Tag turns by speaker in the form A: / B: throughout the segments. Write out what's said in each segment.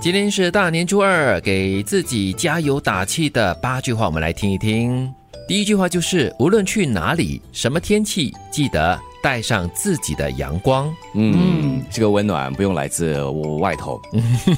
A: 今天是大年初二，给自己加油打气的八句话，我们来听一听。第一句话就是，无论去哪里，什么天气，记得带上自己的阳光。
B: 嗯，这个温暖不用来自我 外头，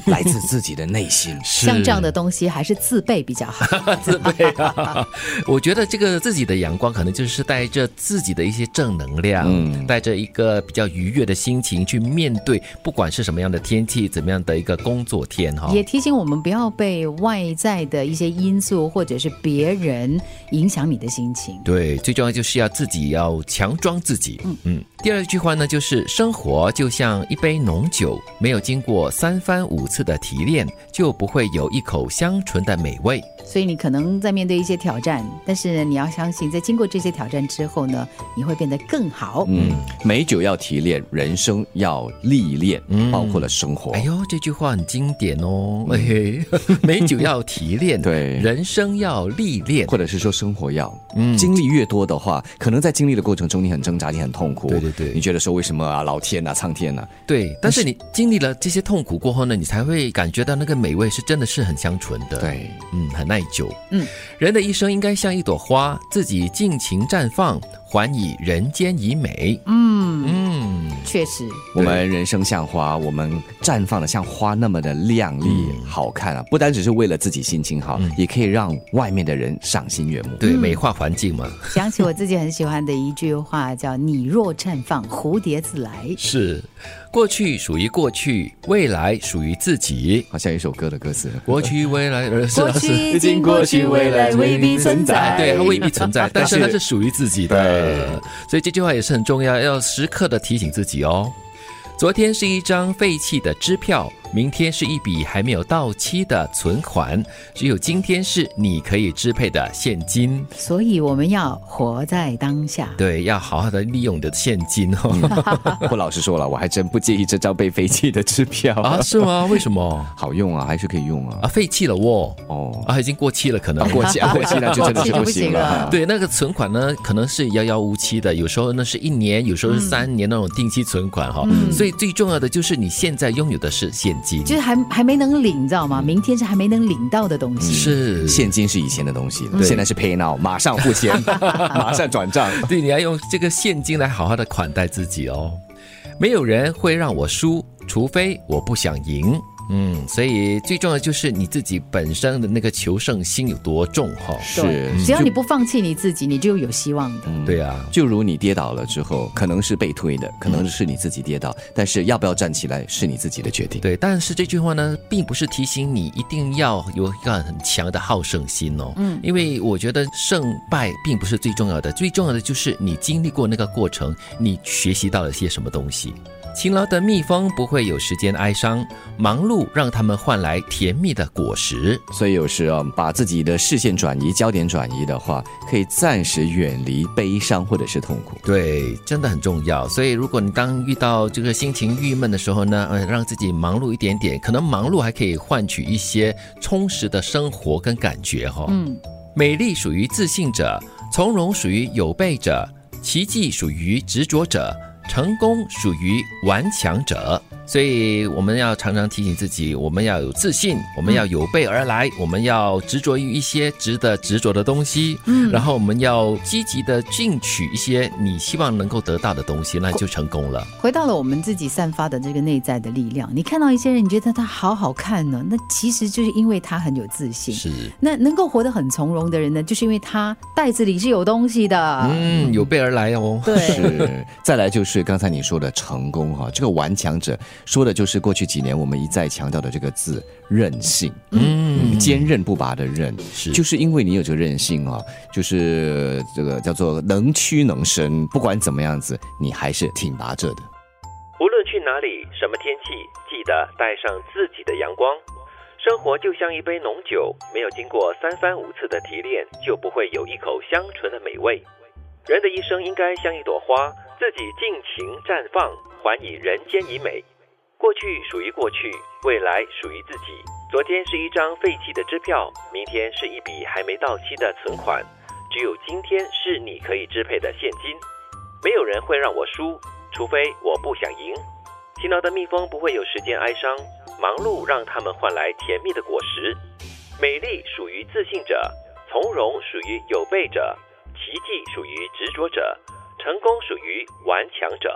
B: 来自自己的内心。
C: 像这样的东西还是自备比较好。
A: 自卑啊，我觉得这个自己的阳光，可能就是带着自己的一些正能量，
B: 嗯
A: 带着一个比较愉悦的心情去面对，不管是什么样的天气，怎么样的一个工作天哈、
C: 也提醒我们不要被外在的一些因素或者是别人影响你的心情。
A: 对，最重要就是要自己要强装自己。嗯嗯。第二句话呢，就是生活就像一杯浓酒，没有经过三番五次的提炼，就不会有一口香醇的美味。
C: 所以你可能在面对一些挑战，但是你要相信，在经过这些挑战之后呢，你会变得更好。
B: 嗯，美酒要提炼，人生要历练，包括了生活。
A: 哎呦，这句话很经典哦。哎嘿， 美酒要提炼，
B: 对
A: 人生要历练。
B: 或者是说生活要，
A: 嗯
B: 经历越多的话，可能在经历的过程中你很挣扎，你很痛苦，
A: 对对对
B: 你觉得说为什么啊，老天呐、苍天呐、
A: 对，但是你经历了这些痛苦过后呢，你才会感觉到那个美味是真的是很香醇的。。
B: 对，
A: 嗯，很耐久。
C: 嗯，
A: 人的一生应该像一朵花，自己尽情绽放，还以人间以美。
C: 嗯，
A: 嗯，
C: 确实，
B: 我们人生像花，我们绽放的像花那么的亮丽、
A: 嗯
B: 好看啊！不单只是为了自己心情好，也可以让外面的人赏心悦目。
A: 对，美化环境嘛。
C: 想起我自己很喜欢的一句话，叫“你若绽放，蝴蝶自来
A: 是，过去属于过去，未来属于自己。
B: 好像有一首歌的歌词，
A: 过去、未来，呃”。是啊，是。
C: 已经过去，未来未必存在。
A: 哎对，它未必存在，但是它是属于自己的。所以这句话也是很重要，要时刻的提醒自己哦。昨天是一张废弃的支票，明天是一笔还没有到期的存款，只有今天是你可以支配的现金。
C: 所以我们要活在当下。
A: 对，要好好的利用你的现金哦。
B: 我老实说了，我还真不介意这张被废弃的支票
A: 啊，是吗？为什么？
B: 好用啊，还是可以用
A: 啊，
B: 啊。
A: 废弃了哦，
B: 哦，
A: 啊，已经过期了，可能
B: 过期啊，过期那就真的是
C: 过
B: 不
C: 期就不
B: 行
C: 行
B: 了。
C: 了
A: 对，那个存款呢，可能是遥遥无期的，有时候呢是一年，有时候是三年那种定期存款哈、
C: 嗯
A: 所以最重要的就是你现在拥有的是现金，
C: 就是还还没能领，你知道吗？明天是还没能领到的东西。
A: 是
B: 现金是以前的东西了，
A: 对
B: 现在是 Pay Now，马上付钱，马上转账。
A: 对，你要用这个现金来好好的款待自己哦。没有人会让我输，除非我不想赢。嗯，所以最重要的就是你自己本身的那个求胜心有多重哈、
C: 对
B: 是
C: 只要你不放弃你自己，你就有希望的。
A: 对啊，
B: 就如你跌倒了之后，可能是被推的，可能是你自己跌倒，但是要不要站起来是你自己的决定。
A: 对，但是这句话呢，并不是提醒你一定要有一个很强的好胜心哦。嗯，因为我觉得胜败并不是最重要的，最重要的就是你经历过那个过程，你学习到了些什么东西。勤劳的蜜蜂不会有时间哀伤，忙碌让他们换来甜蜜的果实。
B: 所以有时啊，把自己的视线转移、焦点转移的话，可以暂时远离悲伤或者是痛苦。
A: 对，真的很重要。所以，如果你当遇到这个心情郁闷的时候呢，呃，让自己忙碌一点点，可能忙碌还可以换取一些充实的生活跟感觉哦哈、
C: 嗯，
A: 美丽属于自信者，从容属于有备者，奇迹属于执着者，成功属于顽强者。所以我们要常常提醒自己，我们要有自信，我们要有备而来，我们要执着于一些值得执着的东西，嗯，然后我们要积极的进取一些你希望能够得到的东西，那就成功了。
C: 回到了我们自己散发的这个内在的力量。你看到一些人，你觉得他好好看呢，那其实就是因为他很有自信。
A: 是，
C: 那能够活得很从容的人呢，就是因为他袋子里是有东西的。
A: 嗯，有备而来哦。
C: 对，
B: 是，再来就是刚才你说的成功哈、这个顽强者说的就是过去几年我们一再强调的这个字韧性，
A: 嗯，
B: 坚韧不拔的韧，
A: 是
B: 就是因为你有这个韧性啊，就是这个叫做能屈能伸，不管怎么样子，你还是挺拔着的。
D: 无论去哪里，什么天气，记得带上自己的阳光。生活就像一杯浓酒，没有经过三番五次的提炼，就不会有一口香醇的美味。人的一生应该像一朵花，自己尽情绽放，还以人间以美。过去属于过去，未来属于自己。昨天是一张废弃的支票，明天是一笔还没到期的存款，只有今天是你可以支配的现金。没有人会让我输，除非我不想赢。勤劳的蜜蜂不会有时间哀伤，忙碌让他们换来甜蜜的果实。美丽属于自信者，从容属于有备者，奇迹属于执着者，成功属于顽强者。